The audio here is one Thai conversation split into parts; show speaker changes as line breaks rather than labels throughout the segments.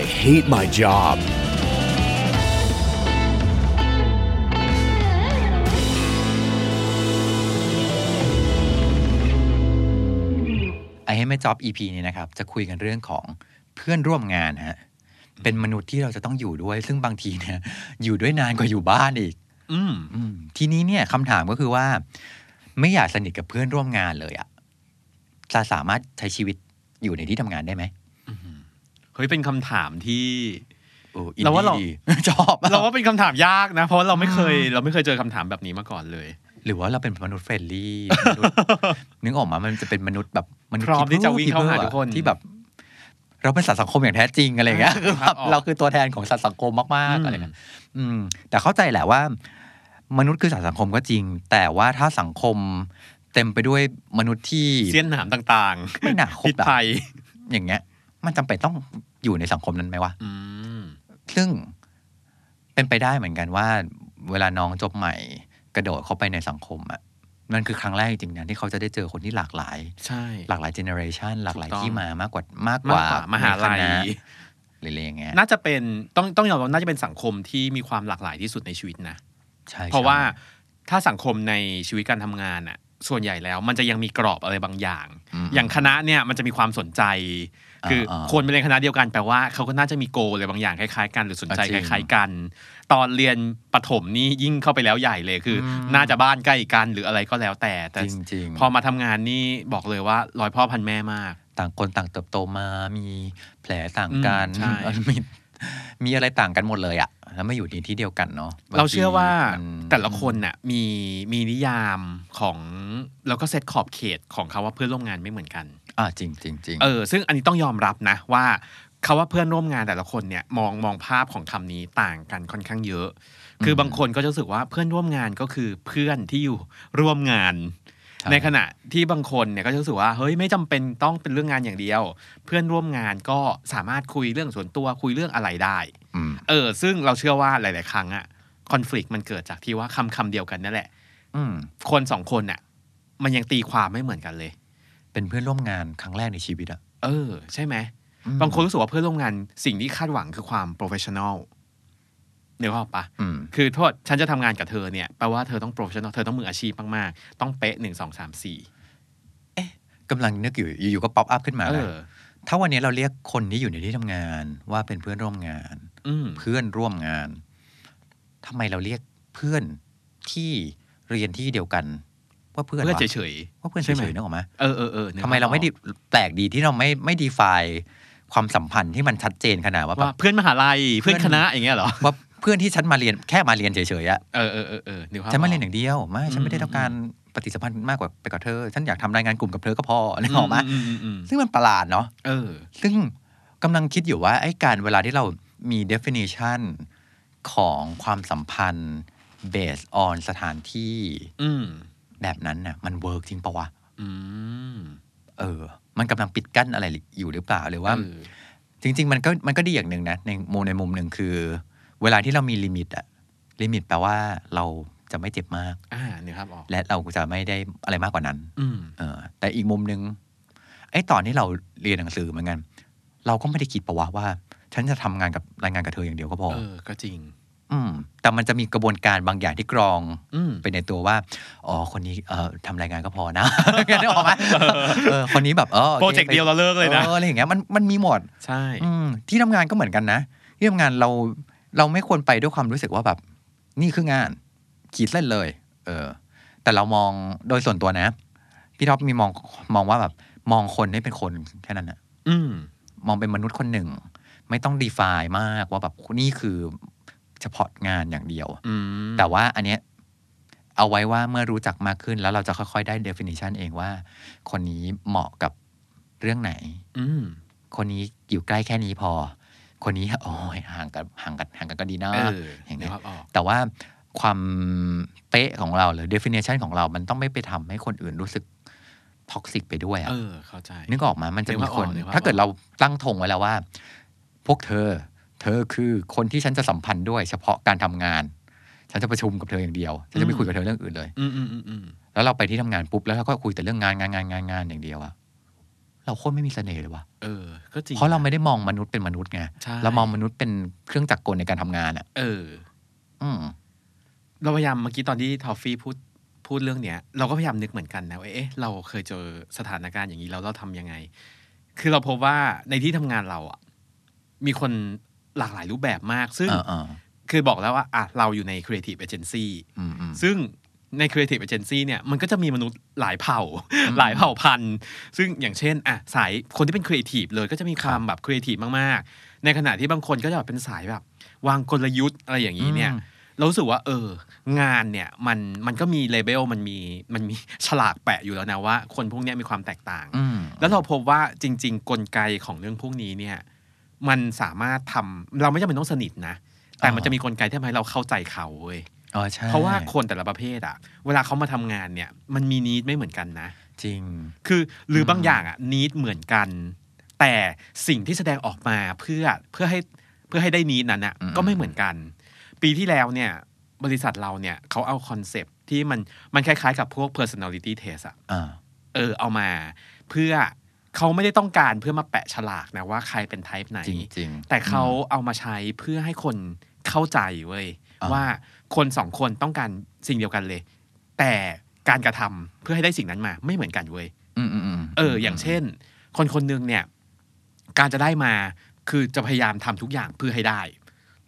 I hate my job.
ไอให้ไม่จ็อบ EP นี้นะครับ จะคุยกันเรื่องของเพื่อนร่วมงานฮะเป็นมนุษย์ที่เราจะต้องอยู่ด้วย ซึ่งบางทีเนี่ยอยู่ด้วยนานกว่าอยู่บ้านอีก
อืม
อืมทีนี้เนี่ยคำถามก็คือว่า ไม่อยากสนิทกับเพื่อนร่วมงานเลยอะจะสามารถใช้ชีวิตอยู่ในที่ทำงานได้ไหม
เฮ้ยเป็นคำถามที่
โอ้อิน
เราว่าเรา
ดี้ดี ชอบอะ
เราว่าเป็นคำถามยากนะ เพราะเราไม่เคย เราไม่เคยเจอคำถามแบบนี้มาก่อนเลย
หรือว่าเราเป็นมนุษย์เฟรนลี่มนุษย์นึกออกมามันจะเป็นมนุษย์แบบมนุษย์
พร้อมที่จะวิ่งเข้าหา
อะ
ทุกคน
ที่แบบ เราเป็นสัตว์สังคมอย่างแท้จริงอะไรอย่างเงี้ยคือแบบ
ออก
เราคือตัวแทนของสัตว์สังคมมากๆ
อืม
อะไรเงี้ยอืม แต่เข้าใจแหละว่า มนุษย์คือสัตว์สังคมก็จริง แต่ว่าถ้าสังคม เต็มไปด้วยมนุษย์ที่
เสี้ยนหนามต่าง
ไม่หนาค
ๆ
บ
พิษ
อะ
ภัย
อย่างเงี้ย มันจำเป็นต้องอยู่ในสังคมนั้นไหมวะ
อืม
ซึ่งเป็นไปได้เหมือนกันว่า เวลาน้องจบใหม่ กระโดดเข้าไปในสังคมอะนั่นคือครั้งแรกจริงๆนะที่เขาจะได้เจอคนที่หลากหลาย
ใช่
หลากหลายเจเนอเรชันหลากหลาย
ถูกต้อง
ที่มามากกว่ามากก
มาก
ว่าก
ว่ามหาลัย
ในคณะหรืออะไรอย่างเงี้ย
น่าจะเป็นต้องต้องยอมรับน่าจะเป็นสังคมที่มีความหลากหลายที่สุดในชีวิตนะ
ใช่
เพราะว่าถ้าสังคมในชีวิตการทำงานอะส่วนใหญ่แล้ว มันจะยังมีกรอบอะไรบางอย่าง
ม
อย่างคณะเนี่ยมันจะมีความสนใจ
อ่า
คืออา คนไปเรียนคณะเดียวกันแปลว่าเขาก็น่าจะมีโกลอะไรบางอย่างคล้ายๆกัน หรือสนใจ
อ่ะจริ
ค
ง
ล้าย ๆกัน ตอนเรียนประถมนี่ยิ่งเข้าไปแล้วใหญ่เลยคืออ
ม
น่าจะบ้านใกล้กันหรืออะไรก็แล้วแต่แต่
จริงจริงๆ
พอมาทำงานนี่บอกเลยว่าร้อยพ่อพันแม่มาก
ต่างคนต่างเติบโตมามีแผลต่างกัน
อืมใช่
มีมีอะไรต่างกันหมดเลยอะแล้วไม่อยู่ในที่เดียวกันเนาะบงที
เราเชื่อว่า
มัน
แต่ละคนน่ะมีมีนิยามของแล้วก็เซตขอบเขตของเขาว่าเพื่อนร่วมงานไม่เหมือนกัน
อ่าจริงจริงจริง
เออซึ่งอันนี้ต้องยอมรับนะว่าคาว่าเพื่อนร่วมงานแต่ละคนเนี่ยมองมองภาพของคำนี้ต่างกันค่อนข้างเยอะ คือบางคนก็จะรู้สึกว่าเพื่อนร่วมงานก็คือเพื่อนที่อยู่ร่วมงาน
ใช่
ในขณะที่บางคนเนี่ยก็จะรู้สึกว่าเฮ้ยไม่จำเป็นต้องเป็นเรื่องงานอย่างเดียว เพื่อนร่วมงานก็สามารถคุยเรื่องส่วนตัวคุยเรื่องอะไรได้
อืม
เออซึ่งเราเชื่อว่าหลาย ๆ ครั้งอะคอน FLICT มันเกิดจากที่ว่าคำคำเดียวกันนั่นแหละ
อืม
คนสองคนน่ะมันยังตีความไม่เหมือนกันเลย
เป็นเพื่อนร่วมงานครั้งแรกในชีวิตอะ
เออ ใช่ไหม
อืม
บางคนรู้สึกว่าเพื่อนร่วมงานสิ่งที่คาดหวังคือความโปรเฟชชั่นอลเดี๋ยวออกปะ
อืม
คือโทษฉันจะทำงานกับเธอเนี่ยแปลว่าเธอต้องโปรเฟชชั่นอลเธอต้องมืออาชีพมาก ๆ ต้องเป๊ะหนึ่งสองสามสี่
กำลังนึกอยู่อยู่ๆก็ป๊อปอัพขึ้นมา
เอ
นะ
อ
ถ้าวันนี้เราเรียกคนที่อยู่ในที่ทำงานว่าเป็นเพื่อนร่วมงาน
อืม
เพื่อนร่วมงานทำไมเราเรียกเพื่อนที่เรียนที่เดียวกัน ว่าเพื่อน
เพื่อน
วะ
เฉย
ว่าเพื่อน
ใช่
เฉ
ไหม
ยๆนึกออกไหม
ๆ เออเออเออนึกออก
ทำไมเราไม่ดิแปลกดีที่เราไม่ไม่ดีไฟความสัมพันธ์ที่มันชัดเจนขนาดว่าแบ
ว่า
บ
เพื่อนมหาลัย
เพื่
เพื่
อ
อน นคณะอย่างเงี้ยเหรอ
ว่าเพื่อนที่ฉันมาเรียนแค่มาเรียนเฉยๆอะ
เออเออเออเออนึกภาพ
ฉันไม่เรีย
อน
อก
อ
ย่างเดียว ไม่ ฉันไม่ได้
อืม
ต้องการปฏิสัมพันธ์มากกว่าไปกว่าเธอ ฉันอยากทำรายงานกลุ่มกับเธอก็พอนึกออกไหม
อือือืม
ซึ่งมันประหลาดเนาะ
เออ
ซึ่งกำลังคิดอยู่ว่าไอ้การเวลาที่เรามี definition ของความสัมพันธ์ based on สถานที่
อืม
แบบนั้นน่ะมันเวิร์กจริงปะวะ
อืม
เออ มันกำลังปิดกั้นอะไรอยู่หรือเปล่าหรือว่า
เออ
จริง ๆ มันก็มันก็ดีอย่างหนึ่งนะ ในมุมในมุมหนึ่งคือ เวลาที่เรามีลิมิตอะลิมิตแปลว่าเราจะไม่เจ็บมาก
อ่านึกภาพออก
และเราจะไม่ได้อะไรมากกว่านั้น
อืม
เออแต่อีกมุมหนึง่งไอ้ตอนที่เราเรียนหนังสือเหมือนกัน เราก็ไม่ได้คิดประวะว่า ฉันจะทำงานกับรายงานกับเธออย่างเดียวก็พอ
เออก็จริง
อืม แต่มันจะมีกระบวนการบางอย่างที่กรอง
อืม
ไปในตัวว่าอ๋อคนนี้เอ่อทำรายงานก็พอนะ นึกออกไหมเออคนนี้แบบเออ
โปรเจกต์เดียวเราเลิกเลยนะ
อออะไรอย่างเงี้ยมันมันมีหมด
ใช่
อืมที่ทำงานก็เหมือนกันนะ ที่ทำงานเราเราไม่ควรไปด้วยความรู้สึกว่าแบบ นี่คืองาน ขีดเส้นเลย เออ แต่เรามองโดยส่วนตัวนะ พี่ท็อปมีมองมองว่าแบบ มองคนให้เป็นคนแค่นั้นนะ
อืม
มองเป็นมนุษย์คนหนึ่ง ไม่ต้องดีฟายมากว่าแบบนี่คือเฉพาะงานอย่างเดียว
อืม
แต่ว่าอันเนี้ยเอาไว้ว่าเมื่อรู้จักมากขึ้นแล้วเราจะค่อยๆได้ definition เองว่า คนนี้เหมาะกับเรื่องไหน
อืม
คนนี้อยู่ใกล้แค่นี้พอ คนนี้ โอ้ยห่างกันห่างกันห่างกันก็ดีนะ
เออ
เห็นไหม
นึกภาพออก
แต่ว่าความเป๊ะของเราหรือ definition ของเรามันต้องไม่ไปทำให้คนอื่นรู้สึกท็อกซิกไปด้วยอะ
เออ เข้าใจ
นึกออกมามันจะมีคน
นึกภาพออก
ถ้าเกิดเราตั้งธงไว้แล้วว่า พวกเธอ เธอคือคนที่ฉันจะสัมพันธ์ด้วยเฉพาะการทำงาน ฉันจะประชุมกับเธออย่างเดียวฉันจะไม่คุยกับเธอเรื่องอื่นเลย
อืมอืมอืมอืม
แล้วเราไปที่ทำงานปุ๊บแล้วเราก็คุยแต่เรื่องงานงานงานงานงานอย่างเดียวอะเราโคตรไม่มีเสน่ห์เลยว่ะ
เออ ก็จริง
เพราะเรา
น
ไม่ได้มองมนุษย์เป็นมนุษย์ไง
ใช่
เรามองมนุษย์เป็นเครื่องจักรกลในการทำงานอะ
เออ
อืม
เราพยายามเมื่อกี้ตอนที่ทอฟฟี่พูดพูดเรื่องเนี้ย เราก็พยายามนึกเหมือนกันนะว่าเอ๊ะเราเคยเจอสถานการณ์อย่างนี้แล้วเราทำยังไง คือเราพบว่าในที่ทำงานเราอ่ะมีคนหลากหลายรูปแบบมาก ซึ่ง
เออเออ
คือบอกแล้วว่าอ่ะเราอยู่ใน Creative Agency
อืมอืม
ซึ่งใน Creative Agency เนี่ยมันก็จะมีมนุษย์หลายเผ่า หลายเผ่าพันธุ์ ซึ่งอย่างเช่นอ่ะสายคนที่เป็น Creative เลยก็จะมีความแบบ Creative มาก ๆ ในขณะที่บางคนก็จะแบบเป็นสายแบบ วางกลยุทธ์อะไรอย่างนี้เนี่ย
อืม
เรารู้สึกว่า เออ งานเนี่ยมันมันก็มีเลเบลมันมีมันมี ฉลากแปะอยู่แล้วนะว่า คนพวกเนี้ยมีความแตกต่าง
อืม
แล้วเราพบว่าจริง ๆ กลไกของเรื่องพวกนี้เนี่ย มันสามารถทำเราไม่จำเป็นต้องสนิทนะ แต่มัน
อ่า
จะมีกลไกที่ทำให้เราเข้าใจเขาเว้ย
อ๋อใช่
เพราะว่าคนแต่ละประเภทอะเวลาเขามาทำงานเนี่ย มันมีนีดไม่เหมือนกันนะ
จริง
คือหรือบางอย่างอะนีดเหมือนกัน แต่สิ่งที่แสดงออกมาเพื่อเพื่อให้เพื่อให้ได้นีดนั้นอะ
อืม
ก็ไม่เหมือนกัน ปีที่แล้วเนี่ยบริษัทเราเนี่ยเขาเอาคอนเซปต์ที่มันมันคล้ายๆกับพวก personality test อะ
อ่า
เออเอามาเพื่อเขาไม่ได้ต้องการเพื่อมาแปะฉลากนะว่าใครเป็นไทป์ไหน
จริงจริง
แต่เขาเอามาใช้เพื่อให้คนเข้าใจเว้ย
อ่า
ว่าคนสองคนต้องการสิ่งเดียวกันเลย แต่การกระทำเพื่อให้ได้สิ่งนั้นมาไม่เหมือนกันเว้ย
อืมอืมอืม
เออ อย่างเช่น คนคนหนึงเนี่ย การจะได้มาคือจะพยายามทำทุกอย่างเพื่อให้ได้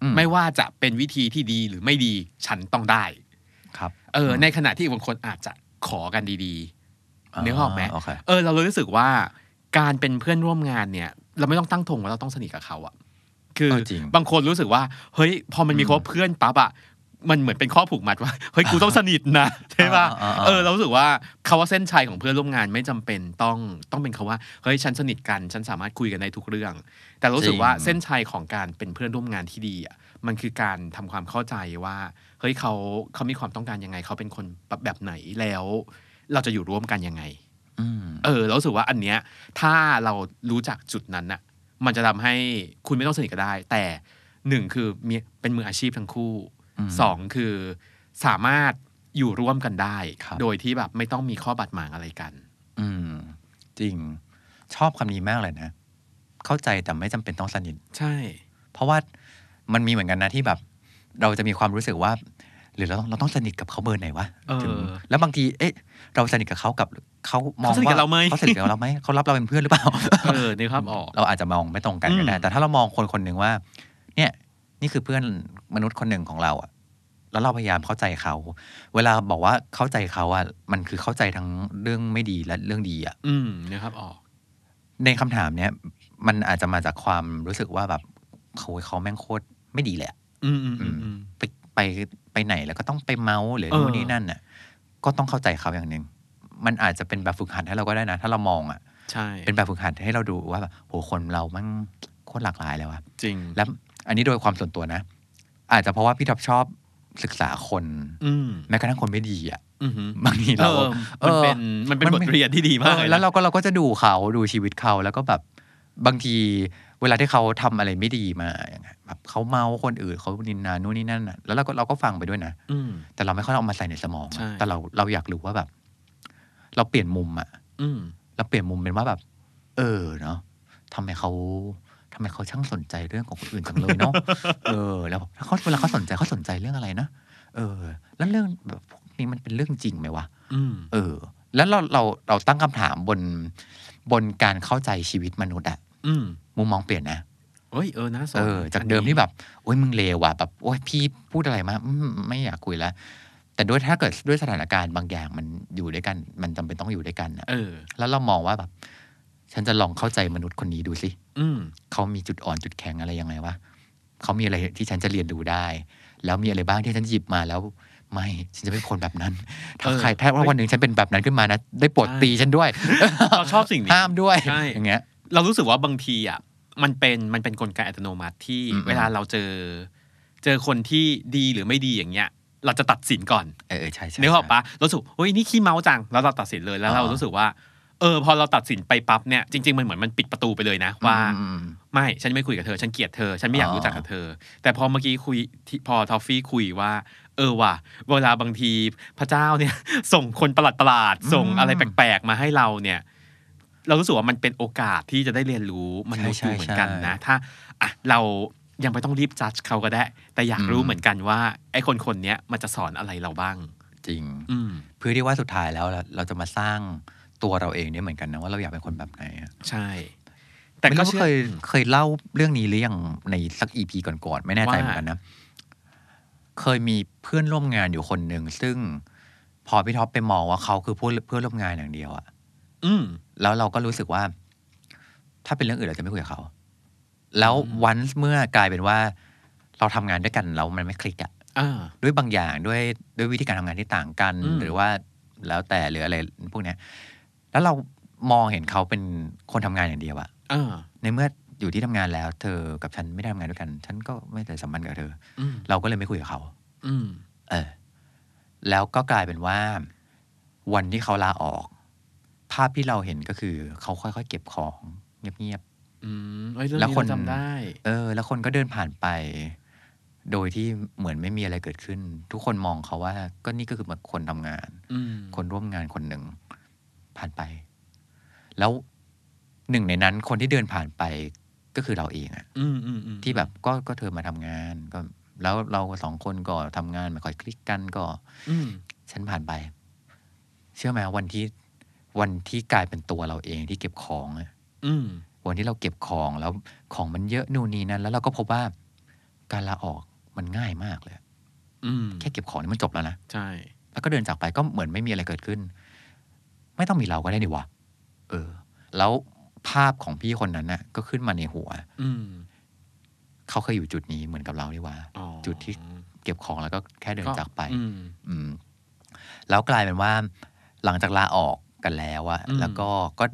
อื
ไม่ว่าจะเป็นวิธีที่ดีหรือไม่ดีฉันต้องได้
ครับ
เออ ในขณะที่อีกบางคนอาจจะขอกันดีๆนึกออกไหม
โอเค
เออเราเลยรู้สึกว่าการเป็นเพื่อนร่วมงานเนี่ย เราไม่ต้องตั้งธงว่าเราต้องสนิทกับเขาอะคือ
เออจริง
บางคนรู้สึกว่า เฮ้ย พอมันมีคำว่าเพื่อนปั๊บอะมันเหมือนเป็นข้อผูกมัดว่า เฮ้ยกูต้องสนิทนะ ใช่ปะ
อ่าอ่าอ่า
เออเรารู้สึกว่าคาว่าเส้นชัยของเพื่อนร่วมงานไม่จำเป็นต้องต้องเป็นคาว่าเฮ้ยฉันสนิทกันฉันสามารถคุยกันได้ทุกเรื่อง แต่รู้สึกว่าเส้นชัยของการเป็นเพื่อนร่วมงานที่ดีอะมันคือการทำความเข้าใจว่าเฮ้ยเขาเขามีความต้องการยังไงเขาเป็นคนแบบไหนแล้ว เราจะอยู่ร่วมกันยังไง
อืม
เออเรารู้สึกว่าอันเนี้ยถ้าเรารู้จักจุดนั้นน่ะ มันจะทำให้คุณไม่ต้องสนิทก็ได้ แต่หนึ่งคือมีเป็นมืออาชีพทั้งคู่
ม
สองคือสามารถอยู่ร่วมกันได้
ครับ
โดยที่แบบไม่ต้องมีข้อบาดหมางอะไรกัน
อืม จริง ชอบคำนี้มากเลยนะ เข้าใจแต่ไม่จำเป็นต้องสนิท
ใช่
เพราะว่ามันมีเหมือนกันนะที่แบบ เราจะมีความรู้สึกว่า หรือเราต้องเราต้องสนิทกับเขาเบอร์ไหนวะ
เออ
ถึงแล้วบางที เอ๊ะ เราสนิทกับเขากับเขามอง
เขาสนิทกับ
ว่
เราไหม
เขาสนิทกับเราไหมเขารับเราเป็นเพื่อนหรือ เปล่า
เออนึกภาพออก
เราอาจจะมองไม่ตรงกันก็ได้
อืม
แต่ถ้าเรามองคนคนหนึ่งว่า เนี่ย นี่คือเพื่อนมนุษย์คนหนึ่งของเราอะแล้วเราพยายามเข้าใจเขา เวลาบอกว่าเข้าใจเขาอะมันคือเข้าใจทั้งเรื่องไม่ดีและเรื่องดีอะ
อืมนึกภาพออก
ในคำถามเนี้ยมันอาจจะมาจากความรู้สึกว่าแบบเขาเขาแม่งโคตรไม่ดีเลยอะ
อืมอืมอืมอืม
ไปไปไปไหนแล้วก็ต้องไปเมาส์หรือนู่น
เออ
นี่นั่นอะก็ต้องเข้าใจเขาอย่างหนึ่งมันอาจจะเป็นแบบฝึกหัดให้เราก็ได้นะ ถ้าเรามองอะ
ใช่
เป็นแบบฝึกหัดให้เราดูว่าแบบโหคนเราแมันโคตรหลากหลายเลยว่ะ
จริง
แล้วอันนี้โดยความส่วนตัวนะ อาจจะเพราะว่าพี่ท็อปชอบศึกษาคน
อืม
แม้กระทั่งคนไม่ดีอ่ะ
อือหือบ
างที
เอ
เรา
อมันเป็นมันเป็นบทเรียนที่ดีมาก
เอ
เล
อย
นะ
แล้วเราก็เราก็จะดูเขาดูชีวิตเขาแล้วก็แบบบางทีเวลาที่เขาทำอะไรไม่ดีมาอย่างเงี้ยแบบเขาเมาคนอื่นเขานินนานู่นนี่นั่นน่ะแล้วเราก็เราก็ฟังไปด้วยนะ
อืม
แต่เราไม่ค่อยเอามาใส่ในสมอง
ใช่
อะแต่เราเราอยากรู้ว่าแบบ เราเปลี่ยนมุมอ่ะ
อืม
เราเปลี่ยนมุมเป็นว่าแบบ เออเนาะทำไมเขาทำไมเขาช่างสนใจเรื่องของคนอื่นจังเลยเนาะ เออ แล้วถ้าเขาเวลาเขาสนใจเขาสนใจเรื่องอะไรนะเออ แล้วเรื่องแบบพวกนี้มันเป็นเรื่องจริงไหมวะ
อืม
เออ แล้วเราเราเราตั้งคำถามบนบนการเข้าใจชีวิตมนุษย์อะ
อืม
มุมมองเปลี่ยนนะ
เอ้ยเออน่าสน
เออ จาก
อันนี้
เดิมที่แบบโอ้ยมึงเลวว่ะแบบโอ้ยพี่พูดอะไรมาอืมไม่อยากคุยแล้วแต่ด้วยถ้าเกิดด้วยสถานการณ์บางอย่างมันอยู่ด้วยกัน มันจำเป็นต้องอยู่ด้วยกันอะ
เออ
แล้วเรามองว่าแบบ ฉันจะลองเข้าใจมนุษย์คนนี้ดูสิ
อืม
เขามีจุดอ่อนจุดแข็งอะไรยังไงวะเขามีอะไรที่ฉันจะเรียนรู้ได้ แล้วมีอะไรบ้างที่ฉันหยิบมาแล้ว ไม่ฉันจะไม่เป็นคนแบบนั้น ถ้า
เออ
ใครถ้าว่าวันหนึ่งฉันเป็นแบบนั้นขึ้นมานะได้โปรด
ใช่
ตีฉันด้วย
เราชอบสิ่งนี้
ห้ามด้วย
ใช่
อย่างเงี้ย
เรารู้สึกว่าบางทีอ่ะมันเป็นมันเป็นกลไกอัตโนมัติที่
อืม
เวลาเราเจอ เจอคนที่ดีหรือไม่ดีอย่างเงี้ย เราจะตัดสินก่อน
เออเออใช่ใช่
นึกออก
ใช่
ปะเราสูเฮ้ยนี่ขี้เมาจัง แล้วเราตัดสินเลยแล้วเรา
อ่า
รู้สึกว่า เออ พอเราตัดสินไปปั๊บเนี่ยจริงๆมันเหมือนมันปิดประตูไปเลยนะว่า
อืม
ไม่ฉันไม่คุยกับเธอ ฉันเกลียดเธอ ฉันไม่อยาก
อ๋อ
รู้จักกับเธอ แต่พอเมื่อกี้คุยที่พอทอฟฟี่คุยว่า เออว่ะเวลาบางทีพระเจ้าเนี่ย ส่งคนประหลาดประหลาดๆส่ง
อืม
อะไรแปลกๆ มาให้เราเนี่ย เรารู้สึกว่ามันเป็นโอกาสที่จะได้เรียนรู้มันรู้
ใช่
อ
ใช่
ยู่เหมือนกัน
ใช่
นะ ถ้าอ่ะเรายังไม่ต้องรีบจัดเขาก็ได้ แต่อยากรู้
อืม
เหมือนกันว่าไอ้คนคนๆเนี้ยมันจะสอนอะไรเราบ้าง
จริง
อืม
เพื่อที่ว่าสุดท้ายแล้วเราเราจะมาสร้างตัวเราเองเนี่ยเหมือนกันนะว่าเราอยากเป็นคนแบบไหนอะ
ใช่ แต่
แต่ก็
ก็ชื่อ
เคยเคยเล่าเรื่องนี้หรือยังในสักอีพีก่อนๆไม่แน่ใจเหมือนกันนะ เคยมีเพื่อนร่วมงานอยู่คนหนึ่งซึ่งพอพี่ท็อปไปมองว่าเขาคือเพื่อนเพื่อนร่วมงานอย่างเดียวอะ
อืม
แล้วเราก็รู้สึกว่า ถ้าเป็นเรื่องอื่นเราจะไม่คุยกับเขา แล้ว
อืม
วันเมื่อกลายเป็นว่า เราทำงานด้วยกันแล้วมันไม่คลิกอะ
อ่า
ด้วยบางอย่างด้วยด้วยวิธีการทำงานที่ต่างกัน
อืม
หรือว่าแล้วแต่หรืออะไรพวกเนี้ยแล้วเรามองเห็นเขาเป็นคนทำงานอย่างเดียวอะ
อ่า
ในเมื่ออยู่ที่ทำงานแล้ว เธอกับฉันไม่ได้ทำงานด้วยกัน ฉันก็ไม่ได้สัมพันธ์กับเธอ
อืม
เราก็เลยไม่คุยกับเขา
อืม
เออ แล้วก็กลายเป็นว่า วันที่เขาลาออก ภาพที่เราเห็นก็คือ เขาค่อยๆเก็บของเงียบ
อืมเอ้ยเรื่อง
แล้ว
นี้
คน
เราจำได้
ๆเออ แล้วคนก็เดินผ่านไป โดยที่เหมือนไม่มีอะไรเกิดขึ้น ทุกคนมองเขาว่า ก็นี่ก็คือคนทำงาน
อืม
คนร่วมงานคนหนึ่งผ่านไป แล้วหนึ่งในนั้นคนที่เดินผ่านไปก็คือเราเองอะ
อืมอืมอืม
ที่แบบก็ก็เธอมาทำงานก็ แล้วเราสองคนก็ทำงานไม่ค่อยคลิกกันก็
อืม
ฉันผ่านไป เชื่อไหมวันที่วันที่กลายเป็นตัวเราเองที่เก็บของอะ
อืม
วันที่เราเก็บของแล้วของมันเยอะนู่นนี่นั่นแล้วเราก็พบว่าการลาออกมันง่ายมากเลยอะ
อืม
แค่เก็บของนี่มันจบแล้วนะ
ใช่
แล้วก็เดินจากไปก็เหมือนไม่มีอะไรเกิดขึ้น ไม่ต้องมีเราก็ได้นี่วะเออ แล้วภาพของพี่คนนั้นน่ะ ก็ขึ้นมาในหัว
อืม
เขาเคยอยู่จุดนี้เหมือนกับเรานี่วะ
อ๋อ
จุดที่ เก็บของแล้วก็แค่เดินจากไป
อืม
อืม แล้วกลายเป็นว่า หลังจากลาออกกันแล้วอะ
อืม
แล้วก็ก็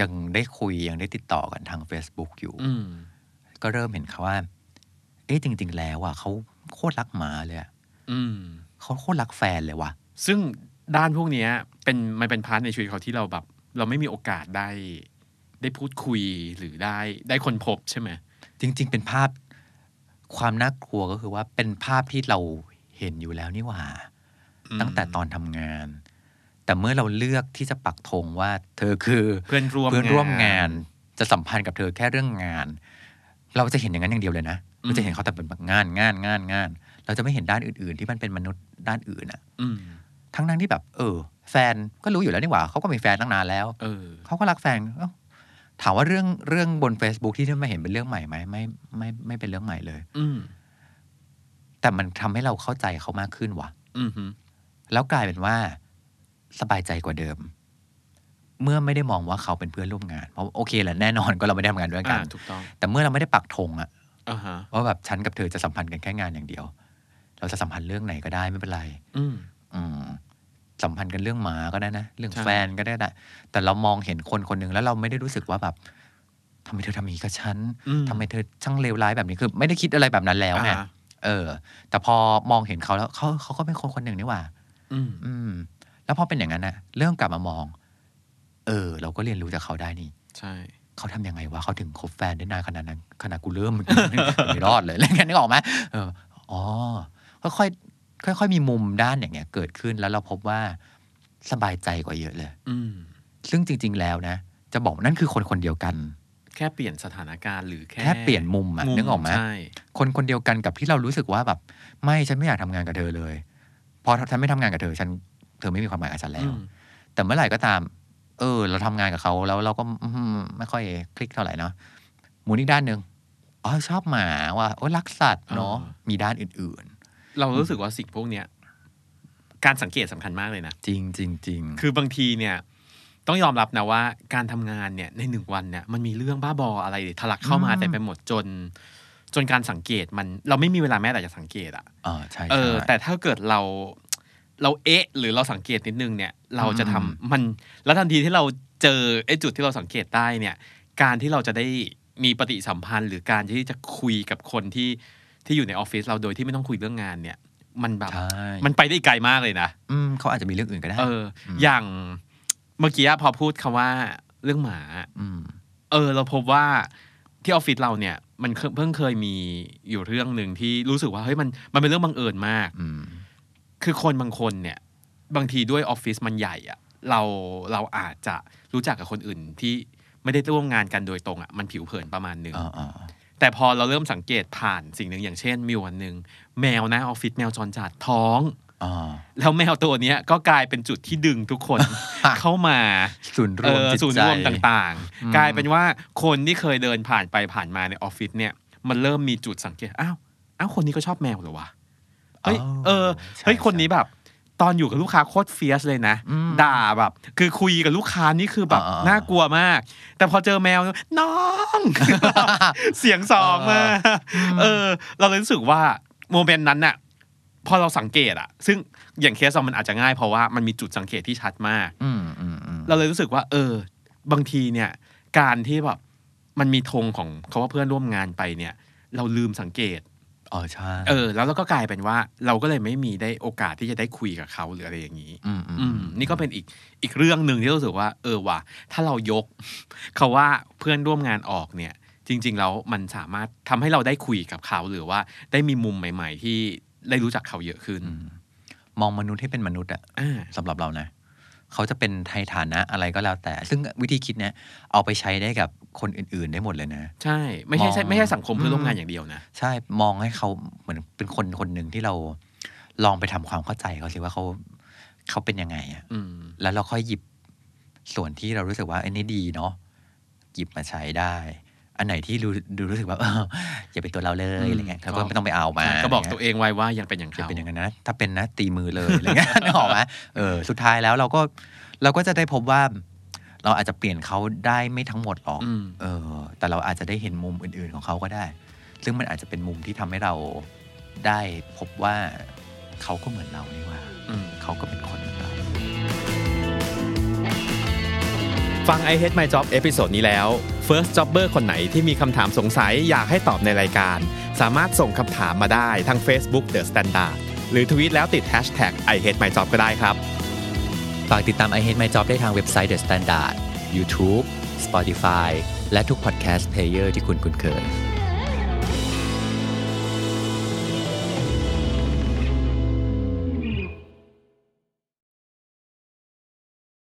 ยังได้คุยยังได้ติดต่อกันทาง Facebook อยู่
อืม
ก็เริ่มเห็นเขาว่า เอ๊ะจริง ๆ แล้วอะเขาโคตรรักหมาเลยอะ
อืม
เขาโคตรรักแฟนเลยวะ
ซึ่งด้านพวกเนี้ย เป็นมันเป็นพาร์ทในชีวิตเขาที่เราแบบ เราไม่มีโอกาสได้ ได้พูดคุยหรือได้ได้คนพบใช่ไหม
จริง ๆ เป็นภาพความน่ากลัวก็คือว่าเป็นภาพที่เราเห็นอยู่แล้วนี่หว่า
ม
ตั้งแต่ตอนทำงาน แต่เมื่อเราเลือกที่จะปักธงว่า เธอคือ
เพื่อนร่วม
เพื่อนร่วมงาน จะสัมพันธ์กับเธอแค่เรื่องงาน เราจะเห็นอย่างนั้นอย่างเดียวเลยนะเราจะเห็นเขาแต่เป็นแบบงานงานงานงาน เราจะไม่เห็นด้านอื่น ๆ ที่มันเป็นมนุษย์ด้านอื่นอะ
อืม
ทั้งนั้นที่แบบ เออ แฟนก็รู้อยู่แล้วนี่หว่าเขาก็มีแฟนตั้งนานแล้ว
เออ
เขาก็รักแฟนเอ้าถามว่าเรื่องเรื่องบน Facebook ที่ได้มาเห็นเป็นเรื่องใหม่ไหมไม่ไม่ไม่เป็นเรื่องใหม่เลย
อืม
แต่มันทำให้เราเข้าใจเขามากขึ้นว่ะ
อืมฮึ
แล้วกลายเป็นว่าสบายใจกว่าเดิม เมื่อไม่ได้มองว่าเขาเป็นเพื่อนร่วมงานเพราะโอเคแหละแน่นอนก็เราไม่ได้ทำงานด้วยกั
อ่าน ถูกต้อง
แต่เมื่อเราไม่ได้ปักธงอะ
อ่าฮะ
ว่าแบบฉันกับเธอจะสัมพันธ์กันแค่งานอย่างเดียว เราจะสัมพันธ์เรื่องไหนก็ได้ไม่เป็นไร
อืม
อืมสัมพันธ์กันเรื่องหมาก็ได้นะ เรื่อง
ใช่
แฟนก็ได้นะแต่เรามองเห็นคนคนหนึ่งแล้วเราไม่ได้รู้สึกว่าแบบทำไมเธอทำอย่างนี้กับฉัน
อื
ทำไมเธอช่างเลวร้ายแบบนี้คือ ไม่ได้คิดอะไรแบบนั้นแล้วไง
อ่าฮะ
เออ แต่พอมองเห็นเขาแล้วเขาเขาก็เป็นคนคนหนึ่งนี่หว่า
อืม
อืม แล้วพอเป็นอย่างนั้นน่ะ เริ่มกลับมามอง เออ เราก็เรียนรู้จากเขาได้นี่
ใช่
เขาทำยังไงวะเขาถึงคบแฟนได้นานขนาดนั้นขนาดกูเริ่ม ไม่รอดเลยแล้วกันนึกออกไหมเอออ๋อค่อยๆค่อยๆมีมุมด้านอย่างเงี้ย เกิดขึ้นแล้วเราพบว่าสบายใจกว่าเยอะเลย
อืม
ซึ่งจริง ๆ แล้วนะ จะบอกนั่นคือคนคนเดียวกัน
แค่เปลี่ยนสถานการณ์หรือแค่
แค่เปลี่ยนมุมอะนึกออกไหม
ใช่
คนคนเดียวกันกับที่เรารู้สึกว่าแบบ ไม่ฉันไม่อยากทำงานกับเธอเลยพอฉันไม่ทำงานกับเธอ ฉันเธอไม่มีความหมายกับฉันแล้
อื
ว
ม
แต่เมื่อไหร่ก็ตาม เออ เราทำงานกับเขาแล้วเราก็อืมไม่ค่อยคลิกเท่าไหร่เนาะหมุนอีกด้านหนึ่งอ๋อชอบหมาว่ะโอ้รักสัตว์เนาะมีด้านอื่น
เรารู้สึกว่าสิ่งพวกเนี้ย การสังเกตสำคัญมากเลยนะ
ๆ จริงจริงจริง
คือบางทีเนี่ย ต้องยอมรับนะว่า การทำงานเนี่ยในหนึ่งวันเนี่ยมันมีเรื่องบ้าบออะไรทะลักเข้ามาแต่ไปหมดจน จนการสังเกตมันเราไม่มีเวลาแม้แต่จะสังเกตอ่ะ
อ่าใช่
เอ
ใช่
อ แต่ถ้าเกิดเราเราเอ๊ะ หรือเราสังเกตนิดนึงเนี่ย เราจะทำมันแล้วทันทีที่เราเจอไอ้จุดที่เราสังเกตได้เนี่ย การที่เราจะได้มีปฏิสัมพันธ์ หรือการที่จะคุยกับคนที่ที่อยู่ในออฟฟิศเราโดยที่ไม่ต้องคุยเรื่องงานเนี่ย มันแบบ
ใช่
มันไปได้ไกลมากเลยนะ
อืมเขาอาจจะมีเรื่องอื่นก็ได้
เอออ
ม
อย่างเมื่อกี้พอพูดคำว่าเรื่องหมา
ม
เออ เราพบว่าที่ออฟฟิศเราเนี่ย มันเคเพิ่งเคยมีอยู่เรื่องหนึ่งที่รู้สึกว่าเฮ้ยมันมันเป็นเรื่องบังเอิญมาก
อืม
คือคนบางคนเนี่ย บางทีด้วยออฟฟิศมันใหญ่อะเราเราอาจจะรู้จักกับคนอื่นที่ไม่ได้ร่วมงานกันโดยตรงอะมันผิวเผินประมาณหนึ่ง
อ่าอ่า
แต่พอเราเริ่มสังเกตผ่านสิ่งหนึ่งอย่างเช่นมีวันหนึ่งแมวหนะออฟฟิศแมวจรจัดท้อง
อ่า
แล้วแมวตัวเนี้ยก็กลายเป็นจุดที่ดึงทุก คน เข้ามา
ศูนย์ร
เอ
วม
อ
จิตใจ
ศูนย์รวมต่าง
อืม
ๆ กลายเป็นว่าคนที่เคยเดินผ่านไปผ่านมาในออฟฟิศเนี่ย มันเริ่มมีจุดสังเกตอ้าวอ้าวคนนี้ก็ชอบแมวเหรอวะเฮ้ยเออ
ใช่
เฮ้ยคนนี้
ใช่
แบบ ตอนอยู่กับลูกค้าโคตรเฟียสเลยนะ
อืม
ด่าแบบ คือคุยกับลูกค้านี่คือแบบ
อ่าๆ
น่ากลัวมาก แต่พอเจอแมวน้อง เสียงสองมาเออ เราเลยรู้สึกว่าโมเมนต์นั้นน่ะ พอเราสังเกตอะซึ่งอย่างเคสเรามันอาจจะง่ายเพราะว่ามันมีจุดสังเกตที่ชัดมาก
อืมอืมอืม
เราเลยรู้สึกว่า เออ บางทีเนี่ย การที่แบบมันมีธงของเขาว่าเพื่อนร่วมงานไปเนี่ย เราลืมสังเกต
อ๋อใช่
เออ แล้วเราก็กลายเป็นว่า เราก็เลยไม่มีได้โอกาสที่จะได้คุยกับเขาหรืออะไรอย่างนี้
อืมอืม
อืมนี่ก็เป็นอีกอีกเรื่องหนึ่งที่รู้สึกว่า เออว่ะถ้าเรายก เขาว่าเพื่อนร่วมงานออกเนี่ย จริง ๆ แล้วมันสามารถทำให้เราได้คุยกับเขาหรือว่าได้มีมุมใหม่ ๆ ที่ได้รู้จักเขาเยอะขึ้น
อืมมองมนุษย์ให้เป็นมนุษย์อะ
อ่า
สำหรับเรานะเขาจะเป็นไทยฐานะอะไรก็แล้วแต่ ซึ่งวิธีคิดเนี่ยเอาไปใช้ได้กับคนอื่น ๆ ได้หมดเลยนะ
ใช่ ไม่ใช่ใช่
มอง
ไม่ใช่สังคมเพื่อนร่วมงาน
อืม
อย่างเดียวนะ
ใช่มองให้เขาเหมือนเป็นคนคนหนึ่งที่เราลองไปทำความเข้าใจเขาสิว่าเขาเขาเป็นยังไงอะ
อืม
แล้วเราค่อยหยิบส่วนที่เรารู้สึกว่าไอ้นี่ดีเนาะหยิบมาใช้ได้ อันไหนที่ดูดูรู้สึกว่าเอออย่าเป็นตัวเราเลยอะไรเงี้ยเราก็ไม่ต้องไปเอามา
ใช่ก็บอกตัวเองไว้ว่ายังเป็นอย่าง
จะ
เขา
เป็นอย่างนั้นนะ ถ้าเป็นนะ ตีมือเลย อะไรเงี้ย นึกออกไหมเออ สุดท้ายแล้วเราก็เราก็จะได้พบว่า เราอาจจะเปลี่ยนเขาได้ไม่ทั้งหมดหรอก
อืม
เออ แต่เราอาจจะได้เห็นมุมอื่นๆของเขาก็ได้ ซึ่งมันอาจจะเป็นมุมที่ทำให้เราได้พบว่าเขาก็เหมือนเรานี่หว่า
อืม
เขาก็เป็นคนเหมือนเรา
ฟัง i hate my job เอพิโซดนี้แล้ว first jobber คนไหนที่มีคำถามสงสัยอยากให้ตอบในรายการ สามารถส่งคำถามมาได้ทาง Facebook The Standard หรือทวีตแล้วติด hashtag i hate my job ก็ได้ครับ
ฝากติดตาม I Hate My Job ได้ทางเว็บไซต์ The Standard YouTube Spotify และทุก podcast player ที่คุณคุ้นเคย